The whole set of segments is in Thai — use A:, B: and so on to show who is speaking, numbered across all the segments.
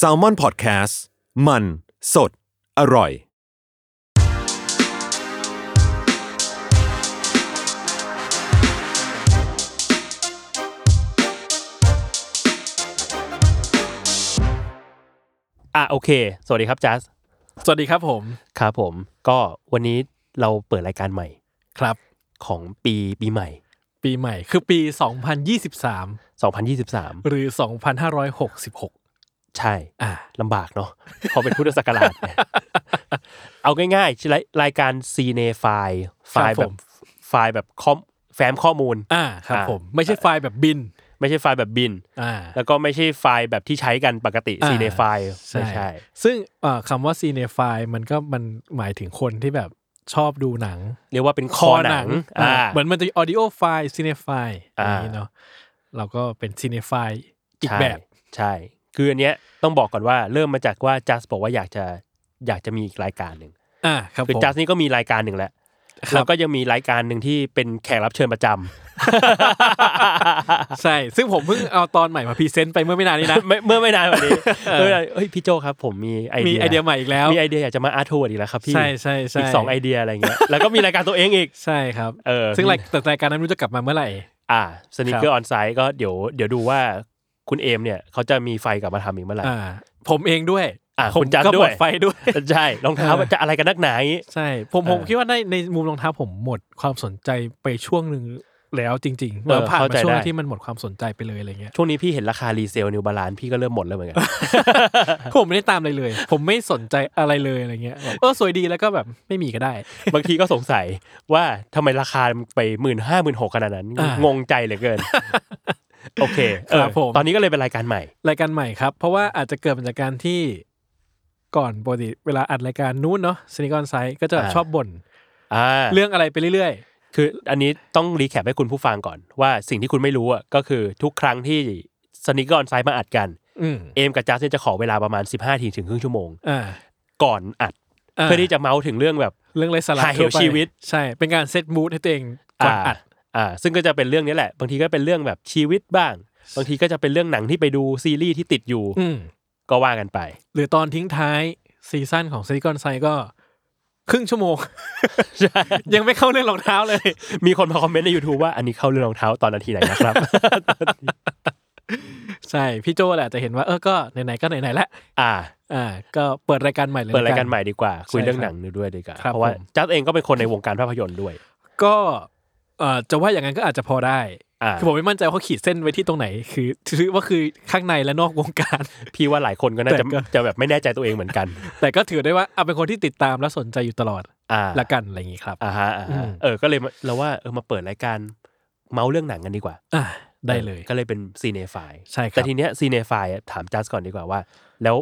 A: s a l m o n PODCAST มันสดอร่อย
B: อ่ะโอเค สวัสดีครับจัส
C: สวัสดีครับผม
B: ครับผม ก็วันนี้เราเปิดรายการใหม่
C: ครับ
B: ของปีปีใหม่
C: ปีใหม่คือปี 2023
B: 2023
C: หรือ 2566
B: ใช่
C: อ่า
B: ลำบากเนาะพอเป็นพุทธศักราช เอาง่ายๆชื่อรายรายการซีเนไฟล์ไฟล์
C: ค
B: แบ
C: รับบ ผม
B: ไฟล์แบบข้อมแฟ้มข้อมูล
C: อ่าครับ
B: อ่า
C: ผมไม่ใช่ไฟล์แบบบิน
B: ไม่ใช่ไฟล์แบบบิน
C: อ่า
B: แล้วก็ไม่ใช่ไฟล์แบบที่ใช้กันปกติซีเนไฟล์ไม่ใช่
C: ซึ่งเอ่อคำว่าซีเนฟายมันก็มันหมายถึงคนที่แบบชอบดูหนัง
B: เรียกว่าเป็นคอหนัง
C: อ่า
B: อ่า
C: เหมือนมันจะออดิโอไฟล์ซีเนฟายอ
B: อ่า
C: ย่างนี้เนาะเราก็เป็นซีเนฟายอีก
B: ใช่
C: แบบ
B: ใช่ คืออันเนี้ยต้องบอกก่อนว่าเริ่มมาจากว่าจัสบอกว่าอยากจะอยากจะมีอีกรายการหนึ่ง
C: อ่าครับ
B: คือ
C: ผม
B: จัสนี่ก็มีรายการหนึ่งแหละ
C: ครับ
B: แล้วก็ยังมีรายการหนึ่งที่เป็นแขกรับเชิญประจำ
C: ใช่ ซึ่งผมเพิ่งเอาตอนใหม่มาพรีเซนต์ไปเมื่อไม่นานนี้ นะ
B: ไม่เมื่อไม่นานวันนี้เมื่อไม่นานเฮ้ยพี่โจครับผมมีไอเดี
C: มี
B: ย
C: ไอเดียใหม่อีกแล้ว
B: มีไอเดียอยากจะมาอาร์ทเวิร์ดอีกแล้วครับพี่
C: ใช่ใช่ใช่
B: อีกสองไอเดียอะไร เงี้ยแล้วก็มีรายการตัวเองอีก
C: ใช่ครับ
B: เออ
C: ซึ่ง
B: มี
C: รายแต่รายการนั้นไม่รู้จะกลับมาเมื่อไหร่
B: อ่าสนิเกอร์ออนไซต์ก็เดี๋ยวเดี๋ยวดูว่าคุณเอมเนี่ยเขาจะมีไฟกลับมาทำอีกเมื่อไหร่
C: อ่า ผมเองด้วย
B: อ่า
C: ผม
B: คุณจัน
C: ก็
B: ด้
C: หม
B: วย
C: ดไฟด้วย
B: ใช่รองเท้า
C: เออ
B: จะอะไรกันนักหนาอย่างงี้
C: ใช่ ผมผม
B: เออ
C: คิดว่าในในมุมรองเท้าผมหมดความสนใจไปช่วงหนึ่งแล้วจริงๆ
B: เออ
C: ผ่าน
B: เข้า
C: มา
B: ใจ
C: ช่วง
B: ได้
C: ที่มันหมดความสนใจไปเลยอะไรเงี้ย
B: ช่วงนี้พี่เห็นราคารีเซลนิวบาลานพี่ก็เริ่มหมดแล้วเห มือนกัน
C: ผมไม่ได้ตามอะไรเลย ผมไม่สนใจอะไรเลยอะไรเงี้ยแบบเออสวยดีแล้วก็แบบไม่มีก็ได้
B: บางทีก็สงสัยว่าทำไมราคามันไปหมื่นห้าหมื่นหกขนาดนั้น
C: อ่าง
B: งใจเหลือเกิน โอเคเอ
C: ค
B: อ
C: รับผม
B: ตอนนี้ก็เลยเป็นรายการใหม่
C: รายการใหม่ครับ เพราะว่าอาจจะเกิดมาจากการที่ก่อนปกติเวลาอัดรายการนู้นเนาะสนิกอนไซก็จะแบบ
B: อ่า
C: ชอบบ่น
B: อ่า
C: เรื่องอะไรไปเรื่อย
B: คืออันนี้ต้องรีแคปให้คุณผู้ฟังก่อน ว่าสิ่งที่คุณไม่รู้อ่ะก็คือทุกครั้งที่สนิกกอนไซด์มาอัดกัน
C: ๆ อืม
B: เอมกับจัสเนี่ยจะขอเวลาประมาณ 15ทีถึงครึ่งชั่วโมง
C: อ่า
B: ก่อนอัด
C: า
B: เพื่อที่จะเมาส์ถึงเรื่องแบบ
C: เรื่องไรสาระ
B: หาเหว
C: ทั่ไป
B: ชีวิต
C: ใช่ เป็นการเซตมูดให้ตัวเองก่อนอัด
B: อ่าซึ่งก็จะเป็นเรื่องนี้แหละ บางทีก็เป็นเรื่องแบบชีวิตบ้าง บางทีก็จะเป็นเรื่องหนังที่ไปดูซีรีส์ที่ติดอยู่
C: อืม
B: ก็ว่ากันไป
C: หรือตอนทิ้งท้ายซีซั่นของซิลิคอนไซก็ ครึ่งชั่วโมง
B: ใช่
C: ยังไม่เข้าเรื่องรองเท้าเลย
B: มีคนมาคอมเมนต์ใน YouTube ว่าอันนี้เข้าเรื่องรองเท้าตอนนาทีไหนนะครับ
C: ใช่ พี่โจแหละจะเห็นว่าเออก็ไหนๆก็ไหนๆแล้ว
B: อ่า
C: อ่า ก็เปิดรายการใหม่เลย
B: เปิดรายการใหม่ดีกว่า คุย
C: ใช่
B: เรื่องหนังด้วยดีกว่า
C: ครับ
B: เพราะว่า
C: ผม
B: จัสเองก็เป็นคนในวงการภาพยนตร์ด้วย
C: ก็เอ่อจะว่าอย่างนั้นก็อาจจะพอได้
B: อ่า
C: คือผมไม่มั่นใจว่าเขาขีดเส้นไว้ที่ตรงไหน คือคือว่าคือข้างในและนอกวงการ
B: พี่ว่าหลายคนก็น่าจะ
C: แต่ก็
B: จะแบบไม่แน่ใจตัวเองเหมือนกัน
C: แต่ก็ถือได้ว่าเอาเป็นคนที่ติดตามและสนใจอยู่ตลอด
B: อ่า
C: ละกันอะไรอย่างนี้ครับ
B: อ่าฮะอ่า
C: อื
B: ฮะ
C: ม
B: เออ ก็เลยมาเราว่าเออมาเปิดรายการเมาส์เรื่องหนังกันดีกว่า
C: อ่าได้เลย
B: ออก็เลยเป็นซีเนฟาย
C: ใช่ครับ
B: แต่ทีเนี้ยซีเนฟายถามจัสก่อนดีกว่าว่า แล้ว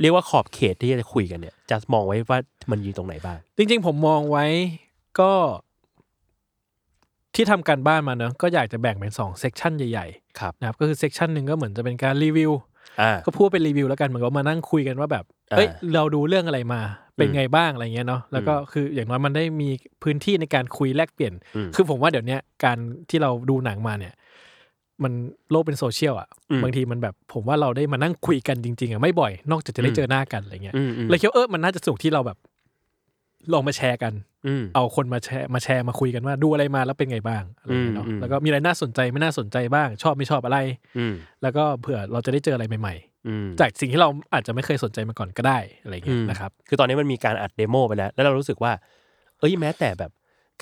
B: เรียกว่าขอบเขตที่จะคุยกันเนี่ยจัสมองไว้ว่ามันอยู่ตรงไหนบ้าง
C: จริงๆ ผมมองไว้ก็ที่ทำการบ้านมาเนอะก็อยากจะแบ่งเป็นสองเซกชันใหญ่
B: ครับ
C: ๆนะครับก็คือเซกชันหนึ่งก็เหมือนจะเป็นการรีวิว
B: อ่า
C: ก็พูดเป็นรีวิวแล้วกันเหมือนกับมานั่งคุยกันว่าแบบ
B: อ่า
C: เอ้ยเราดูเรื่องอะไรมา เป็น
B: อืม
C: ไงบ้างอะไรเงี้ยเนาะแล้วก็คืออย่างน้อยมันได้มีพื้นที่ในการคุยแลกเปลี่ยน
B: อืม
C: คือผมว่าเดี๋ยวเนี้ยการที่เราดูหนังมาเนี่ย มันโลกเป็นโซเชียลอ่ะ
B: อืม
C: บางทีมันแบบผมว่าเราได้มานั่งคุยกันจริงๆอ่ะไม่บ่อยนอกจากจะได้เจอหน้ากันอะไรเงี้ย
B: อืมอืม
C: เลยคิดว่าเออมันน่าจะสนุกที่เราแบบ ลองมาแชร์กัน
B: อืม
C: เอาคนมาแชร์มาแชร์มาคุยกันว่าดูอะไรมาแล้วเป็นไงบ้างอะไรอย่างเงี้ยเนาะ
B: อืมอืม
C: แล้วก็มีอะไรน่าสนใจไม่น่าสนใจบ้าง ชอบไม่ชอบอะไร
B: อืม
C: แล้วก็เผื่อเราจะได้เจออะไรใหม่
B: อืม
C: ๆ จากสิ่งที่เราอาจจะไม่เคยสนใจมาก่อนก็ได้อะไรอย่างเงี้ยนะครับ
B: คือตอนนี้มันมีการอัดเดโมไปแล้ว แล้วเรารู้สึกว่า เอ้ยแม้แต่แบบ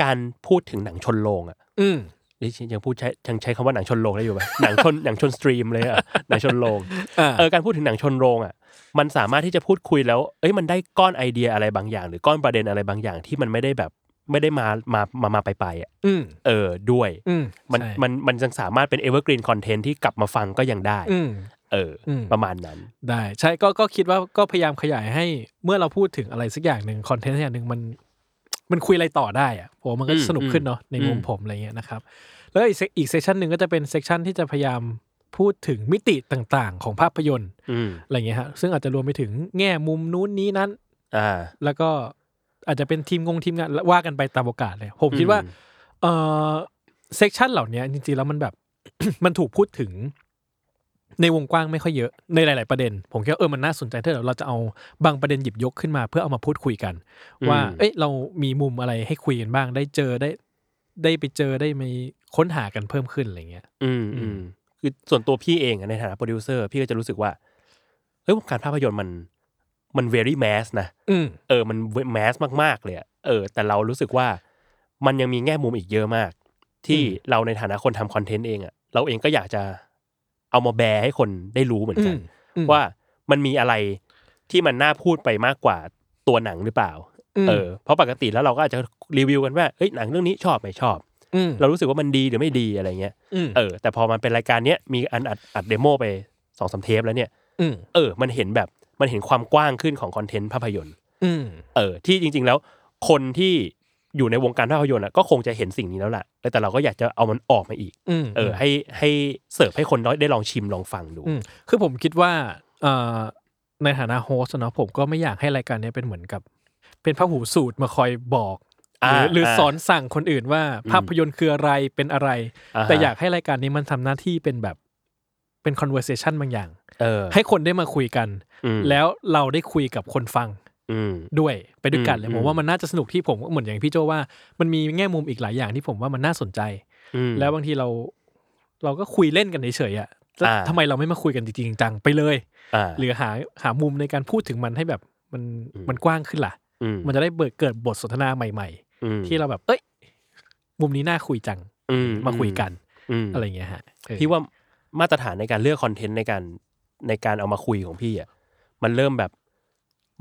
B: การพูดถึงหนังชนโรงอ่ะ
C: อืม
B: เอ้ยยังพูดใช้ยังใช้คำว่าหนังชนโรงได้อยู่ไหม หนังชนหนังชนสตรีมเลยอ่ะหนังชนโรง
C: อ่า
B: เออการพูดถึงหนังชนโรงอ่ะ มันสามารถที่จะพูดคุยแล้ว เอ้ยมันได้ก้อนไอเดียอะไรบางอย่าง หรือก้อนประเด็นอะไรบางอย่างที่มันไม่ได้แบบไม่ได้มามามามาไปไปอ่ะ
C: อืม
B: เออด้วย
C: อืม
B: มัน
C: ใช่
B: มันมันยังสามารถเป็นเอเวอร์กรีนคอนเทนต์ที่กลับมาฟังก็ยังได้
C: อืม
B: เอออ
C: ม
B: ประมาณนั้น
C: ได้ใช่ก็ก็คิดว่าก็พยายามขยายให้เมื่อเราพูดถึงอะไรสักอย่างหนึ่งคอนเทนต์สักอย่างหนึ่งมันมันคุยอะไรต่อได้อะผมว่ามันก็
B: อืม
C: สนุกขึ้นเนาะในมุม
B: อืม
C: ผมอะไรเงี้ยนะครับ แล้วอีกเซอีกเซสชันหนึ่งก็จะเป็นเซสชันที่จะพยายามพูดถึงมิติต่างๆ ของภาพยนตร์
B: อืม
C: อะไรเงี้ยฮะซึ่งอาจจะรวมไปถึงแง่มุมนู้นนี้นั้น
B: อ่า
C: แล้วก็อาจจะเป็นทีมงงทีมงานแล้วว่ากันไปตามโอกาสเลย ผมคิด
B: อืม
C: ว่าเออเซสชันเหล่านี้จริงๆแล้วมันแบบ มันถูกพูดถึง ในวงกว้างไม่ค่อยเยอะในหลาย ๆประเด็น ผมคิดว่าเออมันน่าสนใจถ้าเราจะเอาบางประเด็นหยิบยกขึ้นมา เพื่อเอามาพูดคุยกัน ว่า เอ้ยเรามีมุมอะไรให้คุยกันบ้าง ได้เจอได้ ได้ไปเจอได้มีค้นหากันเพิ่มขึ้นอะไรเงี้ย
B: อืมอืมคือส่วนตัวพี่เองอะในฐานะโปรดิวเซอร์พี่ก็จะรู้สึกว่าเอ้ยวงการภาพยนตร์มันมัน very mass นะ
C: อืม
B: เออมัน mass มากๆเลยอะเออ แต่เรารู้สึกว่ามันยังมีแง่มุมอีกเยอะมาก ที่
C: อืม
B: เราในฐานะคนทำคอนเทนต์เองอะเราเองก็อยากจะเอามาแบร์ให้คนได้รู้เหมือนกัน
C: อืม
B: ว่ามันมีอะไรที่มันน่าพูดไปมากกว่าตัวหนังหรือเปล่า
C: ม
B: เออเพราะปกติแล้วเราก็อาจจะรีวิวกันว่าเอ้ยหนังเรื่องนี้ชอบไม่ชอบ
C: ม
B: เรารู้สึกว่ามันดีหรือไม่ดีอะไรเงี้ย
C: ม
B: เออแต่พอมันเป็นรายการเนี้ยมีอันอัดอัดเดโมไปสองสามเทปแล้วเนี่ย
C: ม
B: เออมันเห็นแบบมันเห็นความกว้างขึ้นของคอนเทนต์ภาพยนตร์
C: อืม
B: เออที่จริง ๆ แล้ว คนที่อยู่ในวงการภาพยนตร์อะก็คงจะเห็นสิ่งนี้แล้วล่ะเออแต่เราก็อยากจะเอามันออกมาอีก
C: อืม
B: เออให้ให้เสิร์ฟให้คนน้อยได้ลองชิมลองฟังดู
C: อืมคือผมคิดว่าเอ่อในฐานะโฮสต์อะเนาะผมก็ไม่อยากให้รายการเนี้ยเป็นเหมือนกับ เป็นพระหูสูตรมาคอยบอกห
B: อ่า
C: รือหรืออา สอนสั่งคนอื่นว่าภาพยนตร์คืออะไรเป็นอะไร
B: อ่าฮะ
C: แต่อยากให้รายการนี้มันทำหน้าที่เป็นแบบเป็น conversation บางอย่าง
B: เออ
C: ให้คนได้มาคุยกัน
B: อืม
C: แล้วเราได้คุยกับคนฟัง
B: อืม
C: ด้วยไปด้วยกันเล
B: อื
C: ย
B: ม
C: ผ
B: อื
C: ม
B: ม
C: ว่ามันน่าจะสนุกที่ผมเหมือนอย่างพี่โจว่า มันมีแง่มุมอีกหลายอย่างที่ผมว่ามันน่าสนใจ
B: อืม
C: แล้วบางทีเราเราก็คุยเล่นกันเฉยๆอะแล้ว
B: อ่า
C: ทำไมเราไม่มาคุยกันจริงๆจังๆไปเลย
B: อ่า
C: หรือหาหามุมในการพูดถึงมันให้แบบมัน
B: อืม
C: มันกว้างขึ้นล่ะ
B: อื
C: มันจะได้เบิดเกิดบทสนทนาใหม่
B: อืม
C: ๆ ที่เราแบบ เอ้ย มุมนี้น่าคุยจัง
B: อื
C: มาคุยกัน
B: อืม
C: อะไรเงี้ยฮะเออ
B: พี่ว่ามาตรฐานในการเลือกคอนเทนต์ในการในการเอามาคุยของพี่อ่ะมันเริ่มแบบ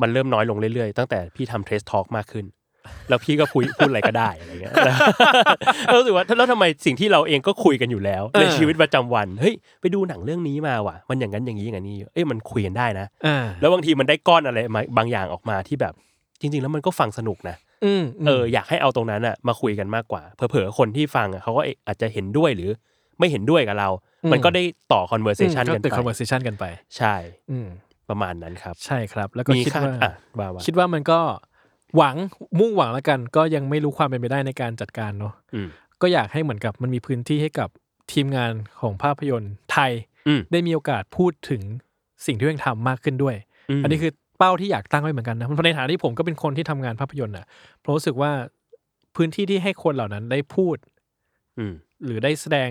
B: มันเริ่มน้อยลงเรื่อยๆ ตั้งแต่พี่ทำเทสทอล์กมากขึ้น แล้วพี่ก็พูด พูดอะไรก็ได้อะไรเงี้ย แล้วแล้วรู้สึกว่าแล้วทำไมสิ่งที่เราเองก็คุยกันอยู่แล้ว ในชีวิตประจำวันเฮ้ยไปดูหนังเรื่องนี้มาว่ะมันอย่างนั้นอย่างนี้อย่างนี้เอ้ยมันคุยกันได้นะ
C: อ่า
B: แล้วบางทีมันได้ก้อนอะไรมาบางอย่างออกมาที่แบบ จริง ๆ แล้วมันก็ฟังสนุกนะ
C: อืมม
B: เอออยากให้เอาตรงนั้นอะมาคุยกันมากกว่าเผลอๆคนที่ฟังอะเขาก็อาจจะเห็นด้วยหรือไม่เห็นด้วยกับเรา มันก็ได้ต่อ conversation
C: อืม
B: กัน
C: เกิด
B: ไป
C: conversation กันไป
B: ใช่
C: อืม
B: ประมาณนั้นครับ
C: ใช่ครับ แล้วก็
B: มี
C: คิด
B: ค่า
C: ว่า
B: อ่ะว่าว่า
C: คิดว่ามันก็หวังมุ่งหวังแล้วกัน ก็ยังไม่รู้ความเป็นไปได้ในการจัดการเนาะ
B: อืม
C: ก็อยากให้เหมือนกับมันมีพื้นที่ให้กับทีมงานของภาพยนตร์ไทย
B: อืม
C: ได้มีโอกาสพูดถึงสิ่งที่ตัวเองทำมากขึ้นด้วย
B: ม
C: อันนี้คือเป้าที่อยากตั้งไว้เหมือนกันนะเพราะในฐานะที่ผมก็เป็นคนที่ทำงานภาพยนตร์น่ะผมรู้สึกว่าพื้นที่ที่ให้คนเหล่านั้นได้พูด
B: ม
C: หรือได้แสดง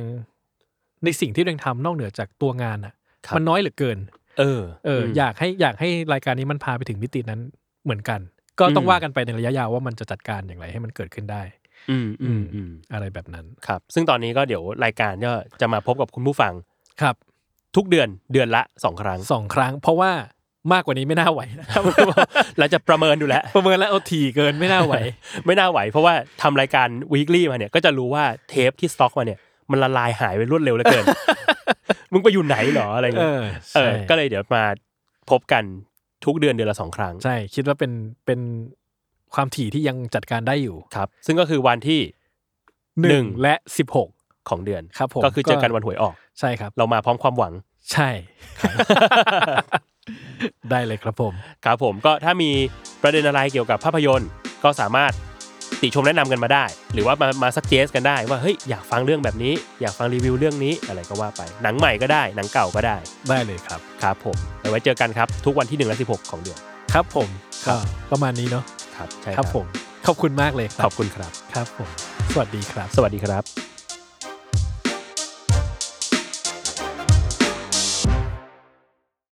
C: ในสิ่งที่ตัวเองทำนอกเหนือจากตัวงานน่ะ
B: ครับ
C: มันน้อยเหลือเกิน
B: เออ
C: เอออ
B: ม
C: อยากให้อยากให้รายการนี้มันพาไปถึงมิตินั้นเหมือนกัน ก็ต้อง
B: อืม
C: ว่ากันไปในระยะยาวว่ามันจะจัดการอย่างไรให้มันเกิดขึ้นได้
B: อืมอืมอืม
C: อะไรแบบนั้น
B: ครับ ซึ่งตอนนี้ก็เดี๋ยวรายการก็จะมาพบกับคุณผู้ฟัง
C: ครับ
B: ทุกเดือนเดือนละสองครั้ง
C: สองครั้ง เพราะว่ามากกว่านี้ไม่น่าไหวนะครับ
B: เราจะประเมินดูแล้ว
C: ประเมินแล้วเอาถี่เกินไม่น่าไหว
B: ไม่น่าไหว เพราะว่าทำรายการ weekly มาเนี่ยก็จะรู้ว่าเทปที่สต็อกมาเนี่ยมันละลายหายไปรวดเร็วเหลื อเกิน มึงไปอยู่ไหนหรออะไร
C: เอ
B: เงี้ย
C: อ
B: เอ
C: ใช่
B: อ ก็เลยเดี๋ยวมาพบกันทุกเดือนเดือนละสองครั้ง
C: ใช่คิดว่าเป็นเป็นความถี่ที่ยังจัดการได้อยู่
B: ครับ ซึ่งก็คือวันที่ หนึ่ง
C: หนึ่งและสิบหก
B: ของเดือน
C: ครับผม
B: ก็คือเจอกัน
C: ก็
B: วันหวยออก
C: ใช่ครับ
B: เรามาพร้อมความหวัง
C: ใช่ ได้ เลยครับผม
B: ครับผมก็ถ้ามีประเด็นอะไรเกี่ยวกับภาพยนตร์ ก็สามารถติชมแนะนำกันมาได้ หรือว่ามามาสักเจสกันได้ว่าเฮ้ยอยากฟังเรื่องแบบนี้ อยากฟังรีวิวเรื่องนี้อะไรก็ว่าไปหนังใหม่ก็ได้หนังเก่าก็ได้
C: ได้เลยครับ
B: ครับผมเอาไว้เจอกันครับ ทุกวันที่1และ16 ของเดือน
C: ครับผม
B: ครับ
C: ก็ประมาณนี้เนาะ
B: ครับ ใช่
C: ครับผม ขอบคุณมากเลยค
B: ข
C: รั
B: อบคุณครับ
C: ครับผม สวัสดีครับ
B: สวัสดีครับ